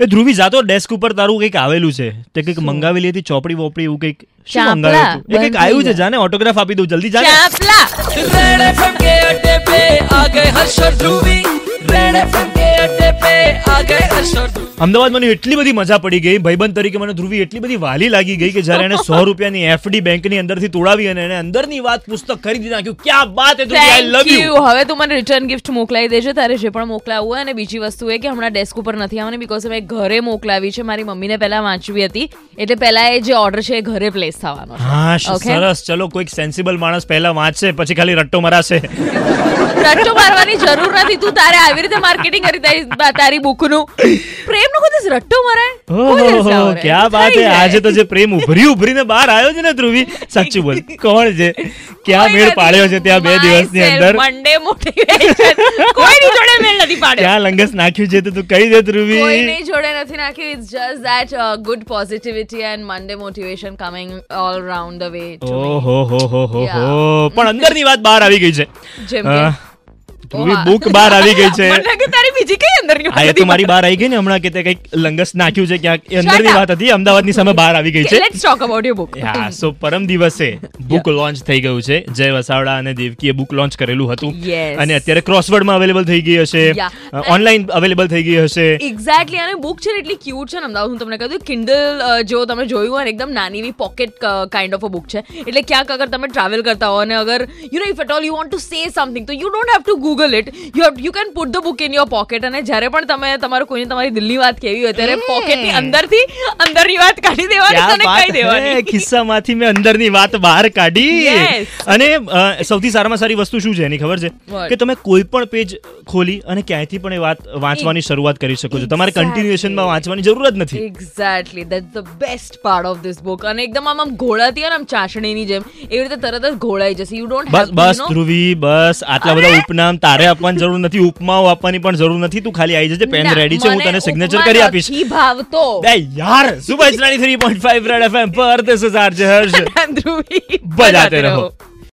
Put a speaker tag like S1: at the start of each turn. S1: એ ધ્રુવી જાતો ડેસ્ક ઉપર તારું કંઈક આવેલું છે તે કંઈક મંગાવેલી હતી ચોપડી વોપડી એવું કંઈક શું
S2: ચાંપલા,
S1: મંગાવ્યું હતું? એ કંઈક
S2: બંધ
S1: આવ્યું છે
S2: થઈ
S1: જાને ઓટોગ્રાફ આપી દઉં જલ્દી જાને
S2: ચાપલા
S3: रेड एफएम के अड्डे पे आ गए हर्ष और ध्रुवी रेड एफएम के अड्डे पे आ गए हर्ष और ध्रुवी
S1: અમદાવાદ મને એટલી બધી મજા પડી ગઈ ભાઈબંધ તરીકે મને ધ્રુવી એટલી બધી વાલી લાગી ગઈ કે જ્યારે એને સો રૂપિયાની એફડી બેંકની અંદરથી તોડાવી અને એને અંદરની વાત પુસ્તક ખરીદી નાખ્યું ક્યાં વાત હે Dhruvi I
S2: thank
S1: love you
S2: you હવે તું મને રિટર્ન ગિફ્ટ મોકલાવી દેજે તારે જે પણ મોકલાવવું હોય અને બીજી વસ્તુ એ કે હમણાં ડેસ્ક ઉપર નથી આવવાની બીકોઝ મેં ઘરે મોકલાવી છે મારી મમ્મીને પહેલા વાંચવી હતી એટલે પહેલા એ જે ઓર્ડર છે એ ઘરે પ્લેસ થવાનો છે
S1: હા શ-
S2: Okay.
S1: સરસ ચલો કોઈક સેન્સિબલ માણસ પહેલા વાંચશે પછી ખાલી રટ્ટો મરાશે
S2: રટ્ટો મારવાની જરૂર નથી તું તારે આવી રીતે માર્કેટિંગ કરી તારી તારી બુકનું પ્રેમનો કોઈ દિવસ રટ્ટો મરાય કોઈ દિવસ ના
S1: ઓહો
S2: મરાય.
S1: ક્યાં વાત
S2: થઈ
S1: હે
S2: જાય.
S1: આજે તો જે પ્રેમ ઉભરી ઉભરીને બહાર આવ્યો છે ને ધ્રુવી સાચું બોલ કોણ છે ક્યાં મેળ પાડ્યો છે ત્યાં બે દિવસની અંદર
S2: મંડે મોટિવેશન કોઈની જોડે મેળ નથી પાડ્યો
S1: ક્યાં લંગસ નાખ્યું છે તે તું કહી દે ધ્રુવી
S2: કોઈની જોડે નથી નાખ્યું it's just that good positivity and Monday motivation coming all round the way
S1: ઓહો હો હો હો
S2: Yeah.
S1: હો પણ અંદરની વાત બહાર આવી ગઈ છે
S2: જેમ કે?
S1: અ, ધ્રુવી બુક Uh, બહાર આવી ગઈ છે
S2: મને લાગે તારી બીજી કઈ અંદરની
S1: આ એ તો મારી બહાર આવી ગઈ ને હમણાં કે તે કંઈક લંગસ નાખ્યું છે ક્યાંક એ અંદરની
S2: Shut up.
S1: વાત હતી અમદાવાદની સામે બહાર આવી ગઈ છે
S2: let's talk about your book
S1: હા સો પરમ દિવસે બુક લોન્ચ થઈ ગયું છે જય વસાવડા અને દેવકીએ બુક લોન્ચ કરેલું હતું
S2: Yes.
S1: અને અત્યારે ક્રોસવર્ડમાં અવેલેબલ થઈ ગઈ હશે
S2: Yeah.
S1: ઓનલાઈન અવેલેબલ થઈ ગઈ હશે
S2: એક્ઝેક્ટલી અને બુક છે ને એટલી ક્યુટ છે ને અમદાવાદ હું તમને કહી દઉં કિન્ડલ જો તમે જોયું હોય ને એકદમ નાની એવી pocket kind of a book છે એટલે ક્યાંક અગર તમે ટ્રાવેલ કરતા હો અને અગર you know if at all you want to say something તો you don't have to Google it you have you can put the book in your pocket અને જ્યારે પણ તમે તમારું કોઈને તમારી દિલની વાત કહેવી હોય ત્યારે પોકેટની અંદરથી અંદરની વાત કાઢી દેવાની
S1: ક્યાં
S2: અને
S1: વાત
S2: કહી દેવાની
S1: હે, કિસ્સામાંથી મેં અંદરની વાત બહાર કાઢી
S2: Yes.
S1: અને અ, સૌથી સારામાં સારી વસ્તુ શું છે એની ખબર છે
S2: What?
S1: કે તમે કોઈ પણ પેજ ખોલી અને ક્યાંયથી પણ એ વાત વાંચવાની શરૂઆત કરી શકો છો તમારે
S2: Exactly.
S1: કન્ટિન્યુએશનમાં વાંચવાની જરૂર જ નથી
S2: exactly that's the best part of this book અને એકદમ આમ આમ ઘોળાતી હોય ને આમ ચાસણીની જેમ એવી રીતે તરત જ ઘોળાઈ જશે યુ ડોન્ટ
S1: બસ બસ ધ્રુવી બસ આટલા બધા ઉપનામ તારે આપવાની જરૂર નથી ઉપમાઓ આપવાની પણ જરૂર નથી તું ખાલી આવી જજે પેન રેડી છે હું તને સિગ્નેચર કરી આપીશ
S2: ભાવતો
S1: બે યાર સુભાષ 93.5 રેડ એફએમ પર this is RJ Harsh
S2: Dhruvi
S1: બજાતે રહો